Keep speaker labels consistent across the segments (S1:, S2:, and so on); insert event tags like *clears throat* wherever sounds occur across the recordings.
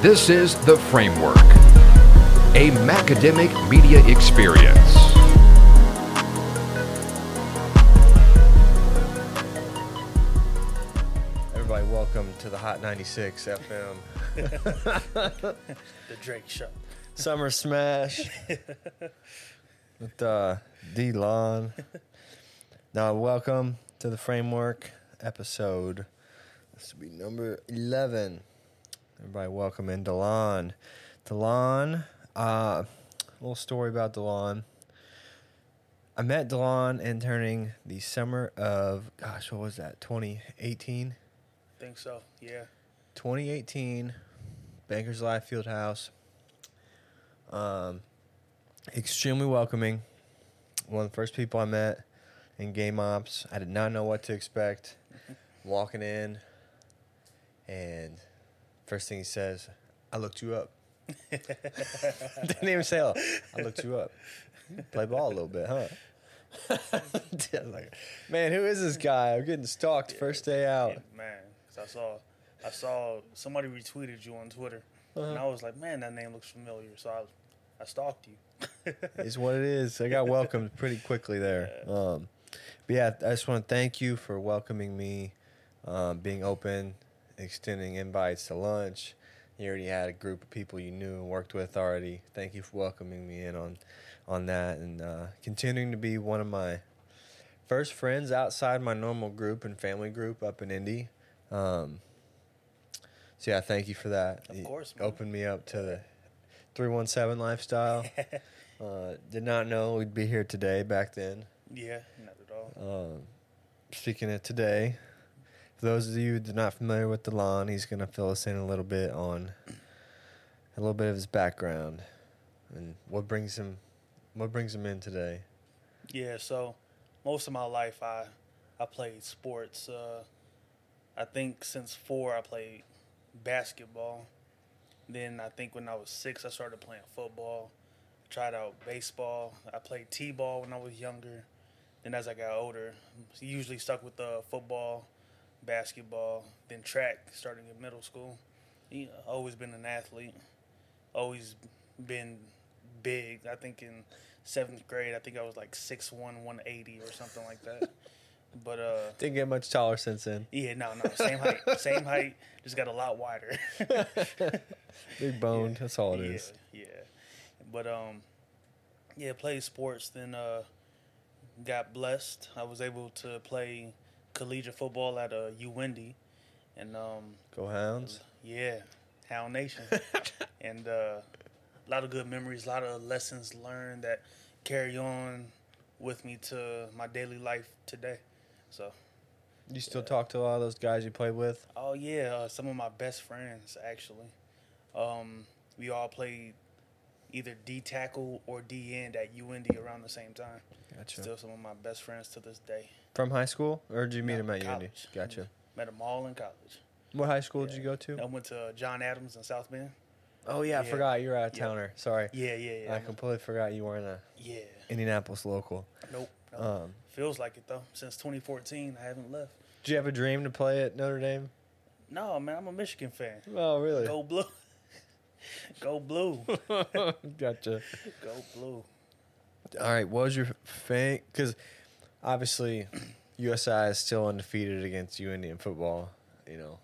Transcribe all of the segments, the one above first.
S1: This is The Framework, a macademic media experience.
S2: Everybody, welcome to the Hot 96 FM
S3: The Drake Show.
S2: *laughs* Summer Smash *laughs* with uh, D *laughs* Lon. Now, welcome to the Framework episode. This will be number 11. Everybody, welcome in DeLon. DeLon, uh, little story about DeLon. I met DeLon interning the summer of, gosh, what was that, 2018?
S3: Think so. Yeah.
S2: 2018 Bankers Life Fieldhouse. Um, extremely welcoming. One of the first people I met in game ops. I did not know what to expect. Walking in, and first thing he says, "I looked you up." Didn't even say, "Oh, I looked you up." Play ball a little bit, huh? *laughs* I was like, man, who is this guy? I'm getting stalked first day out.
S3: Yeah, man, 'cause I saw, I saw somebody retweeted you on Twitter, and I was like, man, that name looks familiar. So I, I stalked you.
S2: is what it is. I got welcomed pretty quickly there. Um, but yeah, I just want to thank you for welcoming me, um, being open, extending invites to lunch. You already had a group of people you knew and worked with already. Thank you for welcoming me in on, on that and uh, continuing to be one of my first friends outside my normal group and family group up in Indy. Um, so yeah, thank you for that.
S3: Of
S2: You
S3: course, man.
S2: Opened me up to the 317
S3: *laughs*
S2: lifestyle. Uh, did not know we'd be here today back then.
S3: yeah, not at all.
S2: Um, speaking of today, for those of you that are not familiar with DeLon, he's going to fill us in a little bit on a little bit of his background and what brings him what brings him in today.
S3: Yeah. So most of my life, I, I played sports. Uh, I think since four, I played basketball. Then I think when I was six, I started playing football. Tried out baseball. I played t-ball when I was younger. Then as I got older, usually stuck with uh, football, basketball, then track starting in middle school. You know, always been an athlete. Always been big. I think in seventh grade, I think I was like 6'1", 180 or something like that. But uh,
S2: Didn't get much taller since then.
S3: yeah, no, no, same height, same height, just got a lot wider.
S2: Big boned. That's all it is.
S3: Yeah, yeah. But um, yeah, played sports. Then uh, got blessed. I was able to play collegiate football at uh, UIndy, and um,
S2: Go Hounds.
S3: yeah, Hound Nation,
S2: *laughs*
S3: and uh, a lot of good memories, a lot of lessons learned that carry on with me to my daily life today. So.
S2: You still talk to a lot of those guys you played with?
S3: Oh yeah, uh, some of my best friends actually. Um, we all played either D tackle or D end at UND around the same time.
S2: Gotcha.
S3: Still some of my best friends to this day.
S2: From high school? Or did you meet
S3: No,
S2: him at UND?
S3: college. Mm-hmm.
S2: Gotcha.
S3: Met them all in college.
S2: What high school did you go to?
S3: I went to John Adams in South Bend.
S2: Oh, yeah, I
S3: Yeah.
S2: forgot. You're out of towner. Sorry.
S3: Yeah, yeah, yeah.
S2: I completely forgot you weren't a
S3: yeah.
S2: Indianapolis local.
S3: Nope. nope.
S2: Um,
S3: Feels like it though. Since 2014, I haven't left.
S2: Did you have a dream to play at Notre Dame?
S3: No, man, I'm a Michigan fan.
S2: Oh, really?
S3: Go blue. *laughs* Go blue.
S2: gotcha.
S3: Go blue.
S2: All right. What was your fan? Because obviously, USI is still undefeated against UND in football. You know,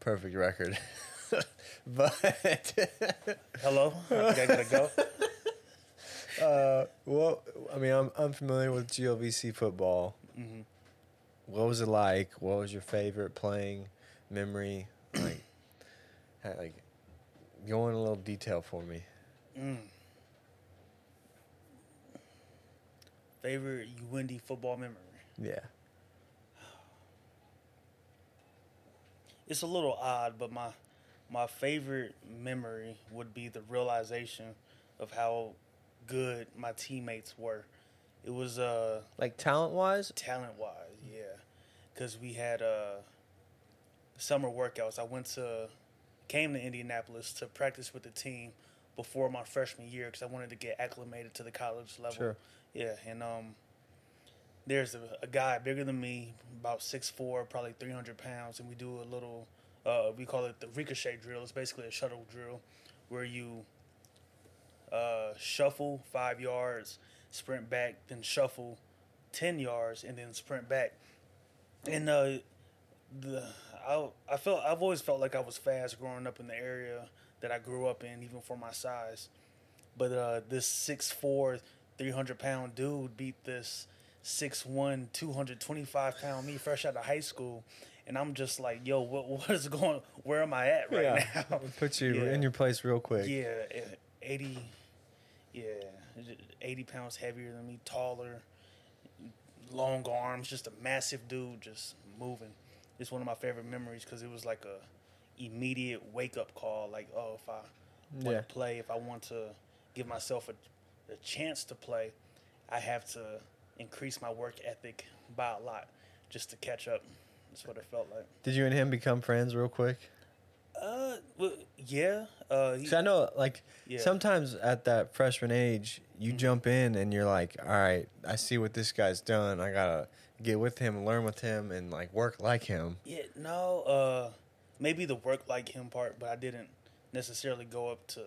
S2: perfect record. *laughs* but
S3: Hello. I think I gotta go.
S2: uh, well, I mean, I'm I'm familiar with GLVC football. What was it like? What was your favorite playing memory? Like, *coughs* ha- like, go in a little detail for me.
S3: Favorite UND football memory.
S2: Yeah.
S3: it's a little odd, but my my favorite memory would be the realization of how good my teammates were. It was uh
S2: Like talent wise,
S3: talent wise, yeah, because we had uh summer workouts. I went to came to Indianapolis to practice with the team before my freshman year because I wanted to get acclimated to the college level.
S2: Sure.
S3: Yeah, and um, there's a, a guy bigger than me, about 6'4", probably three hundred pounds, and we do a little Uh, we call it the ricochet drill. It's basically a shuttle drill where you uh, shuffle five yards, sprint back, then shuffle ten yards, and then sprint back. And uh, the I I felt I've always felt like I was fast growing up in the area that I grew up in, even for my size. But uh, this 6'4", 300 pound dude beat this 6'1", 225 pound me fresh out of high school, and I'm just like, yo, what *laughs* what is going? Where am I at right now? *laughs*
S2: Put *laughs* you
S3: Yeah.
S2: in your place real quick.
S3: Yeah, eh, eighty. Yeah, eighty pounds heavier than me, taller, long arms, just a massive dude, just moving. It's one of my favorite memories because it was like a immediate wake up call. Like, oh, if I want
S2: Yeah.
S3: to play, if I want to give myself a, a chance to play, I have to increase my work ethic by a lot just to catch up. That's what it felt like.
S2: Did you and him become friends real quick?
S3: Uh, well, yeah. Uh, he-
S2: So I know, like,
S3: Yeah. Mm-hmm.
S2: sometimes at that freshman age, you jump in and you're like, all right, I see what this guy's done. I gotta get with him, learn with him, and like work like him.
S3: Yeah, no, uh maybe the work like him part, but I didn't necessarily go up to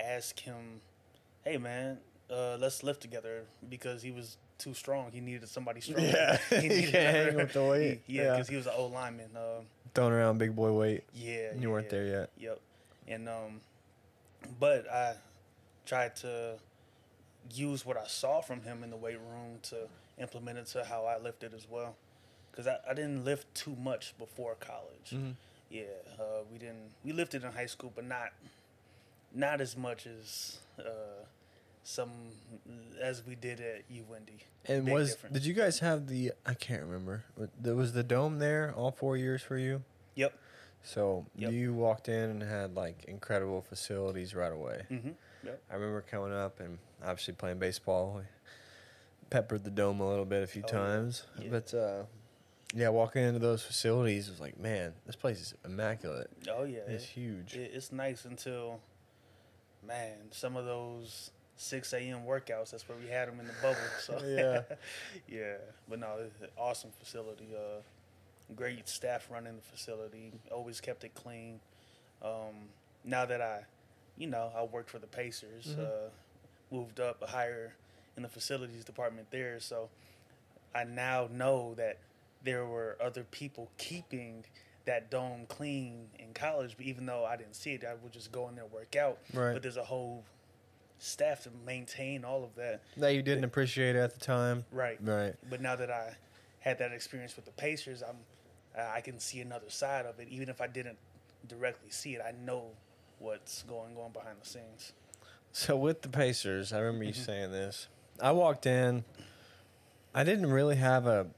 S3: ask him, "Hey man, uh let's lift together" because he was too strong. He needed somebody stronger.
S2: Yeah,
S3: *laughs* he
S2: *laughs* you
S3: needed
S2: can't
S3: another-
S2: hang with the weight.
S3: He, yeah,
S2: Yeah.
S3: because he was an old lineman. Um
S2: Throwing around big boy weight.
S3: yeah,
S2: You
S3: yeah,
S2: weren't
S3: yeah.
S2: there yet.
S3: Yep, and um, but I tried to use what I saw from him in the weight room to implement it to how I lifted as well, because I, I didn't lift too much before college.
S2: Mm-hmm.
S3: Yeah, uh, we didn't we lifted in high school, but not not as much as uh, some as we did at UND.
S2: And
S3: Big
S2: was
S3: difference.
S2: did you guys have the? I can't remember. Wa- There was the dome there all four years for you.
S3: Yep.
S2: So
S3: Yep.
S2: you walked in and had like incredible facilities right away.
S3: Mm-hmm. Yep.
S2: I remember coming up and obviously playing baseball. We peppered the dome a little bit a few
S3: Oh, yeah.
S2: times,
S3: Yeah.
S2: but uh, yeah, walking into those facilities was like, man, this place is immaculate.
S3: Oh yeah.
S2: It's huge.
S3: It, it's nice until, man, some of those 6 a.m. workouts, that's where we had them in the bubble. *laughs* So,
S2: Yeah.
S3: yeah. But no, it's an awesome facility. Uh, great staff running the facility, always kept it clean. Um, now that I, you know, I worked for the Pacers, uh, moved up higher in the facilities department there. So, I now know that there were other people keeping that dome clean in college, but even though I didn't see it, I would just go in there work out.
S2: Right.
S3: But there's a whole staff to maintain all of that.
S2: that you didn't appreciate it at the time,
S3: Right.
S2: Right.
S3: But now that I had that experience with the Pacers, I'm I I can see another side of it. Even if I didn't directly see it, I know what's going on behind the scenes.
S2: So with the Pacers, I remember
S3: *laughs*
S2: you saying this. I walked in. I didn't really have a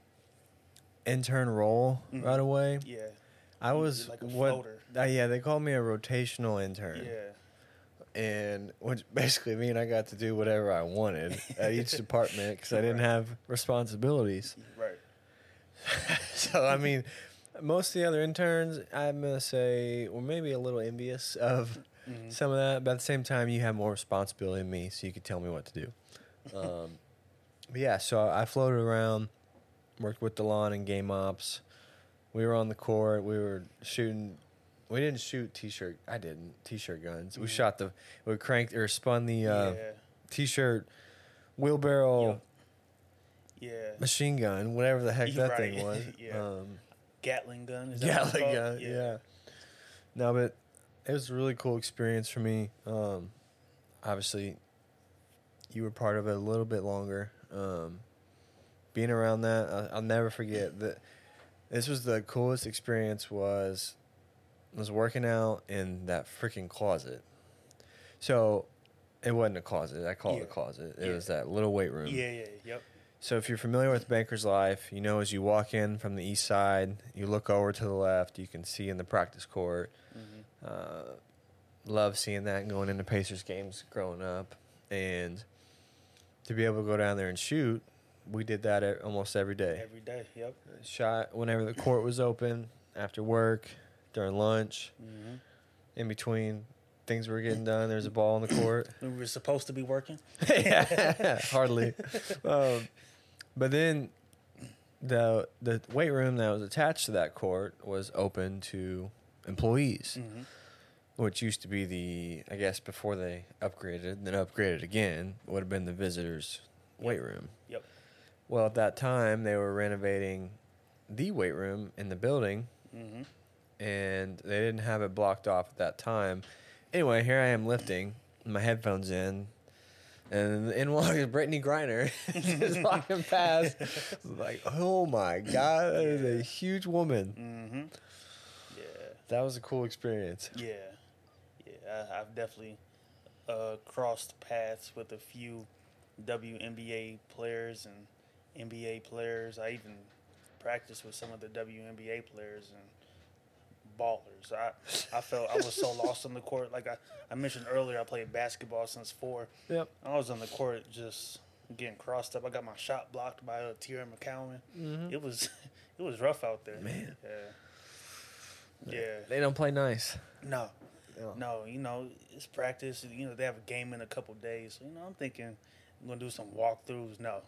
S2: intern role right away.
S3: Mm-hmm. Yeah.
S2: I was
S3: like a
S2: what?
S3: floater.
S2: uh, yeah, they called me a rotational intern.
S3: Yeah.
S2: and which *laughs* basically mean I got to do whatever I wanted at each department because I didn't have responsibilities.
S3: Right.
S2: *laughs* So I mean, most of the other interns, I'm gonna say, were maybe a little envious of
S3: Mm-hmm.
S2: some of that. But at the same time, you have more responsibility than me, so you could tell me what to
S3: *laughs*
S2: do. Um, but yeah, so I floated around, worked with DeLon and game ops. We were on the court. We were shooting. We didn't shoot t-shirt. I didn't t-shirt guns. We shot the. We cranked or spun the uh,
S3: Mm-hmm. yeah.
S2: t-shirt wheelbarrow
S3: Yo. Yeah.
S2: machine gun, whatever the
S3: *laughs*
S2: heck
S3: You're
S2: that thing
S3: right.
S2: was.
S3: Yeah.
S2: Um,
S3: Gatling gun. Is that
S2: yeah,
S3: what it's
S2: like,
S3: called?
S2: uh, yeah. No, but it was a really cool experience for me. Um, obviously, you were part of it a little bit longer. Um, being around that, I, I'll never forget that. This was the coolest experience. Was was working out in that freaking closet. So, it wasn't a closet. I call it
S3: Yeah.
S2: a closet. It
S3: Yeah.
S2: was that little weight room.
S3: Yeah, yeah, yep.
S2: So if you're familiar with Banker's Life, you know as you walk in from the east side, you look over to the left, you can see in the practice court. Uh, love seeing that and going into Pacers games growing up, and to be able to go down there and shoot, we did that e- almost every day.
S3: Every day, yep.
S2: Shot whenever the court was open, after work, during lunch,
S3: Mhm.
S2: in between things were getting done. There was a ball on the court.
S3: We were supposed to be working.
S2: *laughs* hardly. Um, but then the the weight room that was attached to that court was open to employees,
S3: Mhm.
S2: which used to be the I guess before they upgraded, then upgraded again would have been the visitors' weight room.
S3: Yep.
S2: Well, at that time they were renovating the weight room in the building,
S3: Mm-hmm.
S2: and they didn't have it blocked off at that time. Anyway, here I am lifting, my headphones in, and in walks *laughs* Brittany Griner, just walking past. Like, oh my god, that is a huge woman.
S3: Mm-hmm. Yeah.
S2: That was a cool experience.
S3: Yeah, yeah, I, I've definitely uh, crossed paths with a few WNBA players and NBA players. I even practiced with some of the WNBA players and ballers. I, I felt I was so lost on the court. Like I, I mentioned earlier, I played basketball since four.
S2: Yep.
S3: I was on the court just getting crossed up. I got my shot blocked by uh, Tierra McCowan. It was, *laughs* it was rough out there. Man. Yeah. Yeah.
S2: They don't play nice.
S3: No.
S2: Yeah.
S3: No, you know, it's practice. and, You know, they have a game in a couple days. You know, I'm thinking I'm gonna do some walkthroughs. No.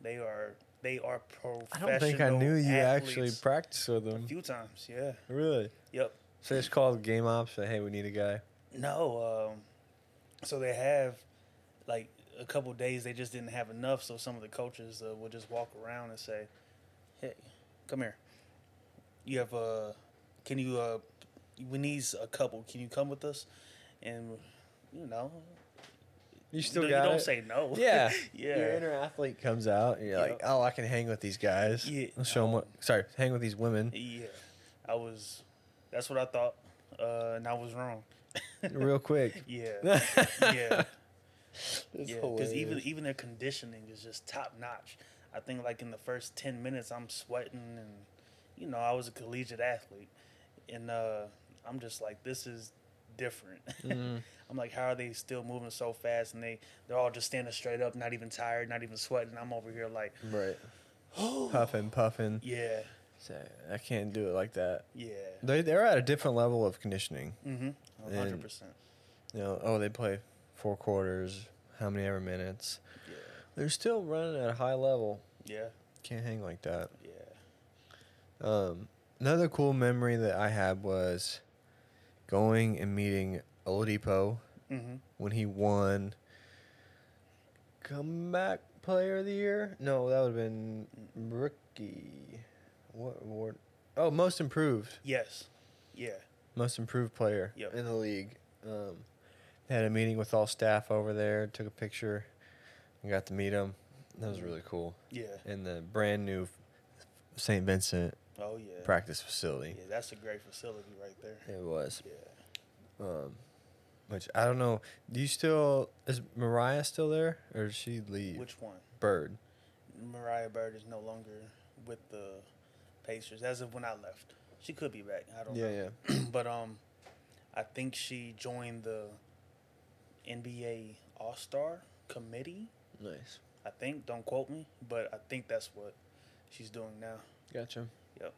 S3: They are they are professional.
S2: I don't think I knew you actually
S3: athletes.
S2: practiced with them.
S3: a few times, yeah.
S2: Really?
S3: Yep.
S2: So they just called game ops. Say, hey, we need a guy.
S3: No, um so they have like a couple days they just didn't have enough, so some of the coaches uh, will just walk around and say, "Hey, come here. You have uh can you uh we need a couple. Can you come with us?" And you know,
S2: You still
S3: No,
S2: got
S3: you don't
S2: it?
S3: say no.
S2: *laughs* Yeah.
S3: *laughs* yeah.
S2: Your inner athlete comes out. And you're
S3: Yeah.
S2: like, oh, I can hang with these guys.
S3: Yeah.
S2: I'll show 'em what. Sorry, hang with these
S3: *laughs*
S2: women.
S3: yeah. I was that's what I thought. Uh and I was wrong.
S2: real
S3: *laughs*
S2: quick. *laughs*
S3: Yeah. yeah.
S2: It's
S3: yeah. Because even even their conditioning is just top notch. I think like in the first ten minutes I'm sweating and you know, I was a collegiate athlete. And uh I'm just like this is different. *laughs*
S2: Mm-hmm.
S3: I'm like, how are they still moving so fast and they they're all just standing straight up, not even tired, not even sweating. I'm over here like,
S2: right,
S3: *gasps*
S2: puffing, puffing.
S3: yeah,
S2: Say, I can't do it like that.
S3: yeah.
S2: They they're at a different level of conditioning.
S3: Mhm. A
S2: And-
S3: hundred percent.
S2: You know, oh, they play four quarters, how many ever minutes.
S3: Yeah.
S2: They're still running at a high level.
S3: Yeah.
S2: Can't hang like that.
S3: Yeah.
S2: Um, another cool memory that I had was going and meeting Oladipo
S3: Mm-hmm.
S2: when he won comeback player of the year. No, that would have been rookie. What award? Oh, most improved,
S3: Yes. Yeah.
S2: most improved player
S3: Yep.
S2: in the league. Um, they had a meeting with all staff over there. Took a picture. And got to meet him. That was really cool.
S3: Yeah.
S2: In the brand new St. Vincent
S3: Oh yeah.
S2: practice facility.
S3: Yeah, that's a great facility right there.
S2: It was.
S3: Yeah.
S2: Um, which I don't know. Do you still is Mariah still there or did she leave?
S3: Which one?
S2: bird?
S3: Mariah Bird is no longer with the Pacers as of when I left. She could be back. I don't know.
S2: yeah.
S3: *clears throat* but um, I think she joined the NBA All Star Committee.
S2: Nice.
S3: I think. Don't quote me, but I think that's what she's doing now.
S2: Gotcha.
S3: Yep.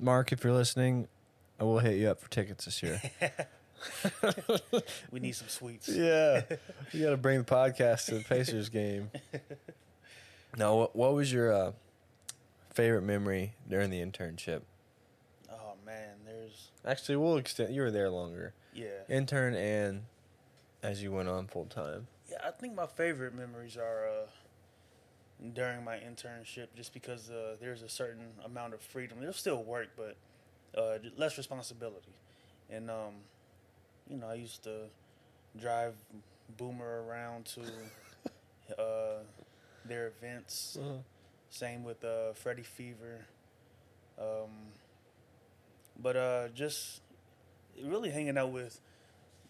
S2: Mark, if you're listening, I will hit you up for tickets this year.
S3: We need some sweets.
S2: *laughs* yeah. You got to bring the podcast to the Pacers game. *laughs* Now, what, what was your uh, favorite memory during the internship?
S3: Oh man, there's
S2: Actually, we'll extend. You were there longer.
S3: yeah.
S2: Intern and as you went on full time.
S3: Yeah, I think my favorite memories are uh, during my internship, just because uh, there's a certain amount of freedom. There's still work, but uh, j- less responsibility. And um, you know, I used to drive Boomer around to uh, their events. Same with uh, Freddie Fever. Um, but uh, just really hanging out with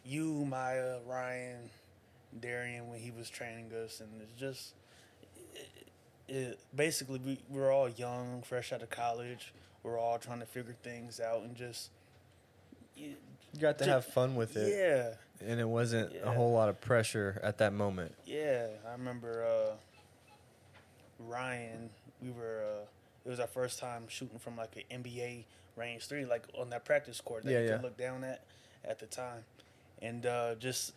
S3: you, Maya, Ryan, Darian when he was training us, and it's just it, it, basically we we're all young, fresh out of college. We're all trying to figure things out and just y-
S2: You got to
S3: Ju-
S2: have fun with it.
S3: yeah.
S2: and it wasn't a
S3: Yeah.
S2: whole lot of pressure at that moment.
S3: Yeah, I remember uh, Ryan. We were. Uh, it was our first time shooting from like an NBA range three, like on that practice court that
S2: Yeah,
S3: you
S2: yeah.
S3: could look down at at the time, and uh, just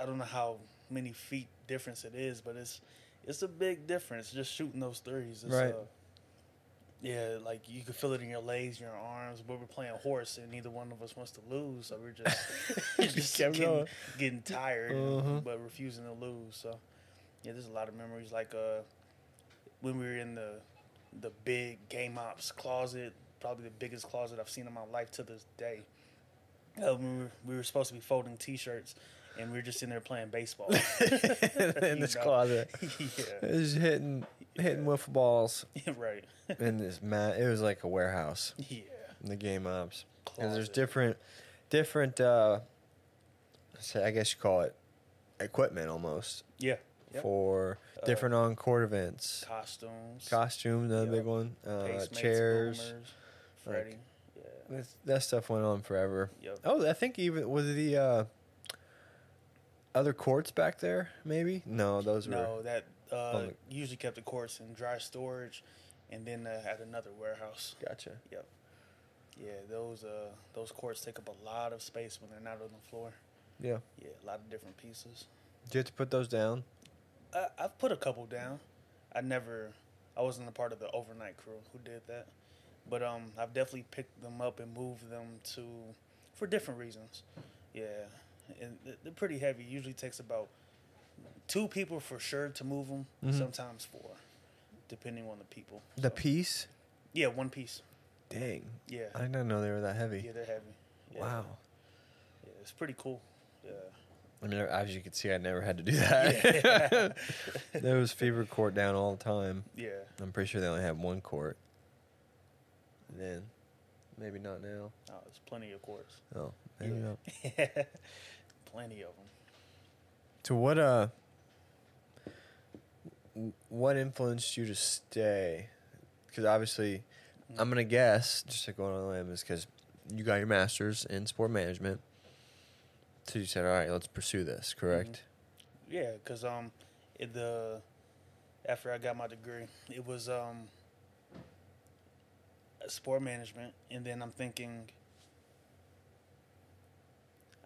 S3: I don't know how many feet difference it is, but it's it's a big difference just shooting those threes. It's,
S2: Right.
S3: Uh, Yeah, like you could feel it in your legs, your arms. But we're playing horse, and neither one of us wants to lose, so we're
S2: *laughs*
S3: just *laughs* just,
S2: Just kept
S3: getting,
S2: going.
S3: getting tired,
S2: Uh-huh.
S3: but refusing to lose. So yeah, there's a lot of memories. Like uh, when we were in the the big game ops closet, probably the biggest closet I've seen in my life to this day. Uh, we, were, we were supposed to be folding T-shirts, and we were just in there playing
S2: *laughs* *laughs*
S3: baseball *laughs*
S2: in *laughs*
S3: You
S2: this
S3: know? *laughs*
S2: closet.
S3: yeah,
S2: It was hitting hitting wiffle balls *laughs*
S3: *laughs* right.
S2: in this mat. It was like a warehouse.
S3: yeah,
S2: in the game ops. 'Cause there's
S3: Closet.
S2: different, different. uh say- I guess you call it equipment almost
S3: yeah. Yep. Uh,
S2: for different on court events.
S3: Costumes.
S2: Costume, another
S3: Yep.
S2: big one. Uh,
S3: Pacemates,
S2: chairs.
S3: boomers, Freddy. yeah.
S2: That's- That stuff went on forever.
S3: Yep.
S2: Oh, I think even was the uh, other courts back there. Maybe no, those were
S3: No, that uh,
S2: Public.
S3: usually kept the courts in dry storage, and then uh, had another warehouse.
S2: gotcha.
S3: Yep. Yeah, those uh, those courts take up a lot of space when they're not on the floor.
S2: Yeah,
S3: Yeah, a lot of different pieces.
S2: did you have to put those down?
S3: I, I've put a couple down. I never, I wasn't a part of the overnight crew who did that, but um, I've definitely picked them up and moved them to, for different reasons. Yeah, and th- they're pretty heavy. Usually takes about two people for sure to move them. Sometimes four, depending on the people.
S2: Mm-hmm. The
S3: So-
S2: piece?
S3: Yeah, one piece.
S2: Dang,
S3: Yeah.
S2: I did not know they were that heavy.
S3: Yeah, they're heavy. Yeah.
S2: Wow.
S3: Yeah, it's pretty cool.
S2: *laughs*
S3: Yeah.
S2: I mean, as you can see, I never had to do *laughs* that. there was fever court down all the time.
S3: *laughs* Yeah.
S2: I'm pretty sure they only had one court. And then, maybe not now.
S3: Oh, there's plenty of courts.
S2: Oh, maybe
S3: Yeah.
S2: not.
S3: *laughs* plenty of them.
S2: So what uh, w- what influenced you to stay? Because obviously, I'm gonna guess just like going on a limb is because you got your master's in sport management. So you said, all right, let's pursue this. Correct.
S3: Yeah, cause um, it, the after I got my degree, it was um, sport management, and then I'm thinking,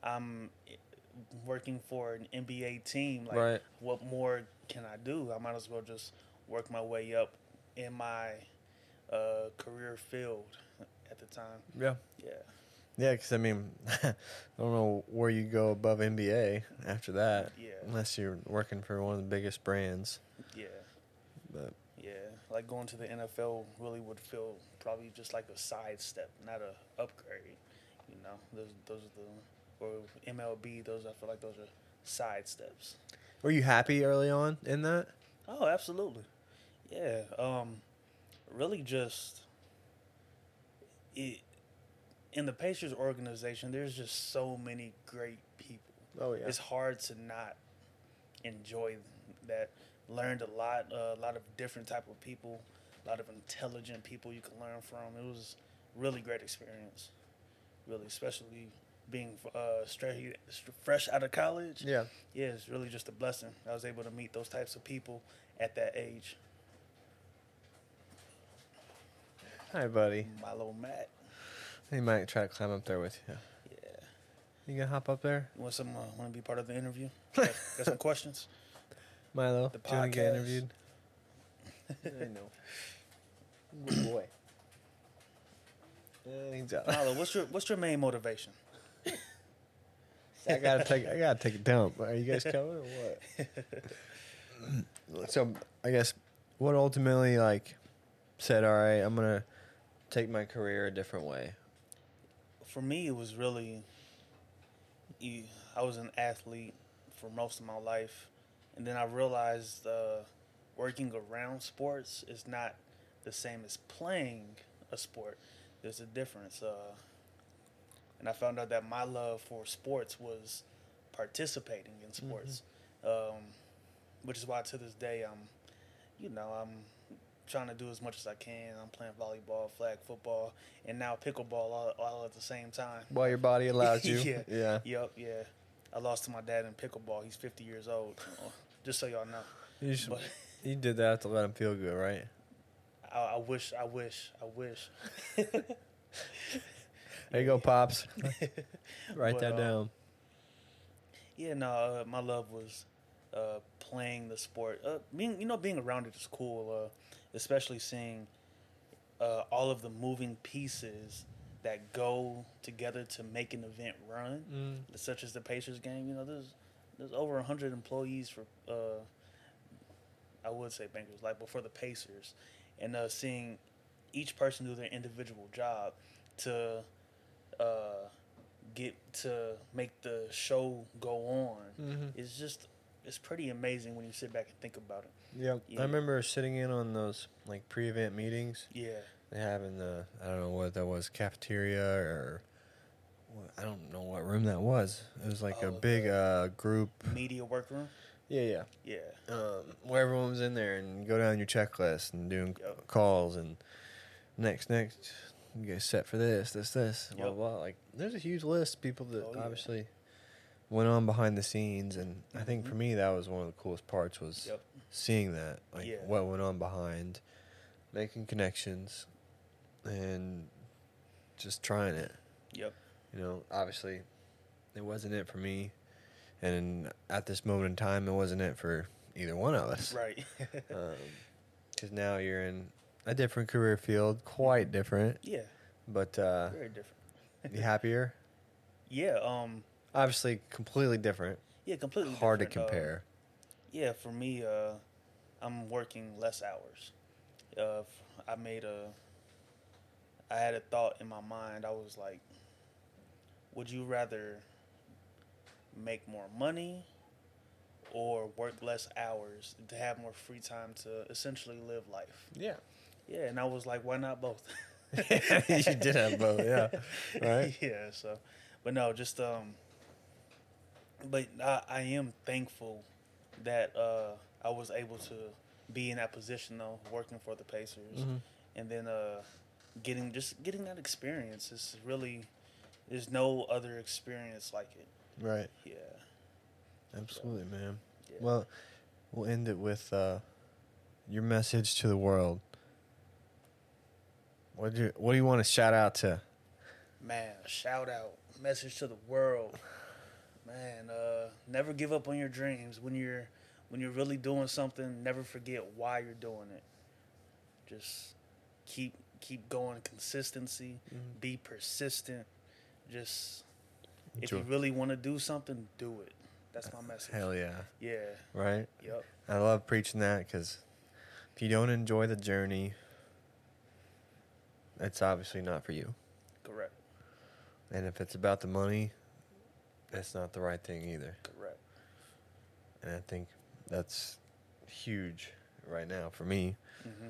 S3: I'm eh, working for an NBA team. Like,
S2: Right.
S3: what more can I do? I might as well just work my way up in my uh, career field at the time.
S2: Mm-hmm. Yeah.
S3: Yeah,
S2: Yeah, because I mean, *laughs* I don't know where you go above NBA after that,
S3: Yeah.
S2: unless you're working for one of the biggest brands.
S3: yeah.
S2: But
S3: Yeah, like going to the NFL really would feel probably just like a sidestep, not a upgrade. You know, those those are the or MLB. Those I feel like those are sidesteps.
S2: were you happy early on in that?
S3: Oh, absolutely. Yeah. Um, really, just it in the Pacers organization. There's just so many great people.
S2: Oh yeah,
S3: it's hard to not enjoy that learned a lot uh, a lot of different type of people a lot of intelligent people you can learn from it was really great experience really especially being uh, straight fresh out of college
S2: yeah.
S3: yeah it's really just a blessing i was able to meet those types of people at that age
S2: Hi, buddy.
S3: my little matt
S2: He might try to climb up there with you.
S3: yeah
S2: You gonna hop up there,
S3: you want some uh, want to be part of
S2: *laughs*
S3: the interview got, got some questions
S2: Milo?
S3: The
S2: do you wanna get
S3: podcast.
S2: interviewed? *laughs* I know. Good boy. *laughs* Yeah, he's out.
S3: Milo, what's your what's your main motivation
S2: I gotta take. I gotta take a dump. Are you guys coming or what? *laughs* so I guess what ultimately like said, all right, I'm gonna take my career a different way.
S3: for me it was really you, e, i was an athlete for most of my life and then i realized uh, working around sports is not the same as playing a sport there's a difference uh, and i found out that my love for sports was participating in sports um, which is why to this day i'm you know i'm trying to do as much as i can i'm playing volleyball flag football and now pickleball all, all at the same time
S2: While your body
S3: *laughs*
S2: allows you.
S3: yeah.
S2: *laughs* yeah.
S3: Yep. Yeah. I lost to my dad in pickleball. He's 50 years old. Just so y'all know.
S2: You, should,
S3: But
S2: you did that to let him feel good, right?
S3: I, I wish. I wish. I wish. *laughs*
S2: There you go, *laughs* pops. Write
S3: But,
S2: that
S3: um,
S2: down.
S3: Yeah. No. Uh, my love was uh, playing the sport. Uh, being you know being around it is cool. Uh, especially seeing uh, all of the moving pieces that go together to make an event run, such as the Pacers game. You know, there's there's over hundred employees for uh, I would say Bankers Life, but for the Pacers, and uh, seeing each person do their individual job to uh, get to make the show go on
S2: Mm-hmm.
S3: it's just it's pretty amazing when you sit back and think about it.
S2: Yep.
S3: Yeah.
S2: I remember sitting in on those like pre-event meetings.
S3: Yeah.
S2: They have in the I don't know what that was cafeteria or what- I don't know what room that was. It was like a
S3: Oh,
S2: big uh, group.
S3: Media workroom.
S2: Yeah, yeah.
S3: Yeah.
S2: um, where everyone's in there and you go down your checklist and doing
S3: Yep.
S2: calls and next, next, you guys set for this, this, this, blah,
S3: Yep.
S2: blah, blah. Like, there's a huge list of people that
S3: Oh, yeah.
S2: obviously went on behind the scenes. And I think for me, that was one of the coolest parts was
S3: Mm-hmm. Yep.
S2: seeing that, like
S3: Yeah.
S2: what went on behind, making connections and just trying it
S3: Yep.
S2: you know, obviously, it wasn't it for me, and at this moment in time, it wasn't it for either one of us. *laughs*
S3: Right.
S2: Uh, Because now you're in a different career field, quite different,
S3: *laughs* yeah.
S2: but uh,
S3: Very different. *laughs*
S2: you happier.
S3: Yeah. Um.
S2: Obviously, completely different.
S3: Yeah. Completely.
S2: Hard to
S3: different, uh,
S2: compare.
S3: yeah. For me, uh, I'm working less hours. Uh, f- I made a. I had a thought in my mind. I was like, would you rather make more money or work less hours to have more free time to essentially live life?
S2: yeah,
S3: Yeah, and I was like, why not both?
S2: *laughs* you did have both. Yeah, right.
S3: *laughs* Yeah, so but no, just um but I, I am thankful that uh I was able to be in that position though, working for the Pacers
S2: Mm-hmm.
S3: and then uh getting just getting that experience is really there's no other experience like it.
S2: Right.
S3: Yeah.
S2: Absolutely, man.
S3: Yeah.
S2: Well, we'll end it with uh, your message to the world. What do you, What do you want to shout out to?
S3: Man, shout out. Message to the world. Man, uh, never give up on your dreams. When you're when you're really doing something, never forget why you're doing it. Just keep keep going consistency, be persistent. Just if you
S2: Enjoy.
S3: really want to do something, do it. That's my message.
S2: Hell yeah!
S3: yeah.
S2: Right?
S3: Yep.
S2: I love preaching that because if you don't enjoy the journey, it's obviously not for you.
S3: Correct.
S2: And if it's about the money, that's not the right thing either.
S3: Correct.
S2: And I think that's huge right now for me.
S3: hmm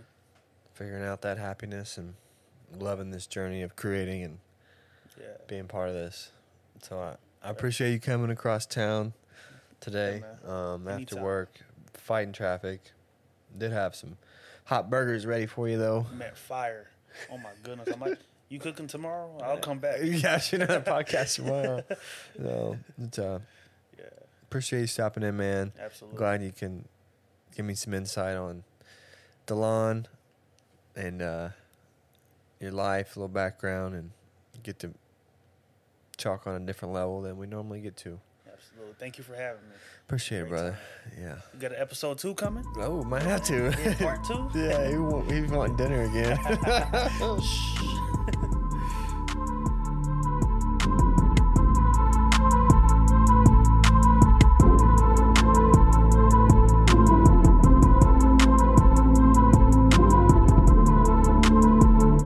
S2: Figuring out that happiness and loving this journey of creating and
S3: Yeah.
S2: being part of this. So I, I appreciate you coming across town today
S3: man.
S2: um, after
S3: Anytime.
S2: work, fighting traffic. Did have some hot burgers ready for you though.
S3: Met fire. Oh my goodness. I'm like, you cooking tomorrow? I'll come back.
S2: *laughs* yeah, I should
S3: *laughs*
S2: have a podcast tomorrow. no, it's, uh,
S3: Yeah.
S2: appreciate you stopping in, man.
S3: Absolutely.
S2: Glad you can give me some insight on Delon and uh, your life, a little background, and get to talk on a different level than we normally get to.
S3: Absolutely. Thank you for having me.
S2: Appreciate it,
S3: Great
S2: brother. Yeah.
S3: You got an episode two coming?
S2: Oh, might have to.
S3: *laughs*
S2: *laughs*
S3: Yeah, part two? *laughs*
S2: yeah, he want, he's wanting dinner again.
S3: Shh.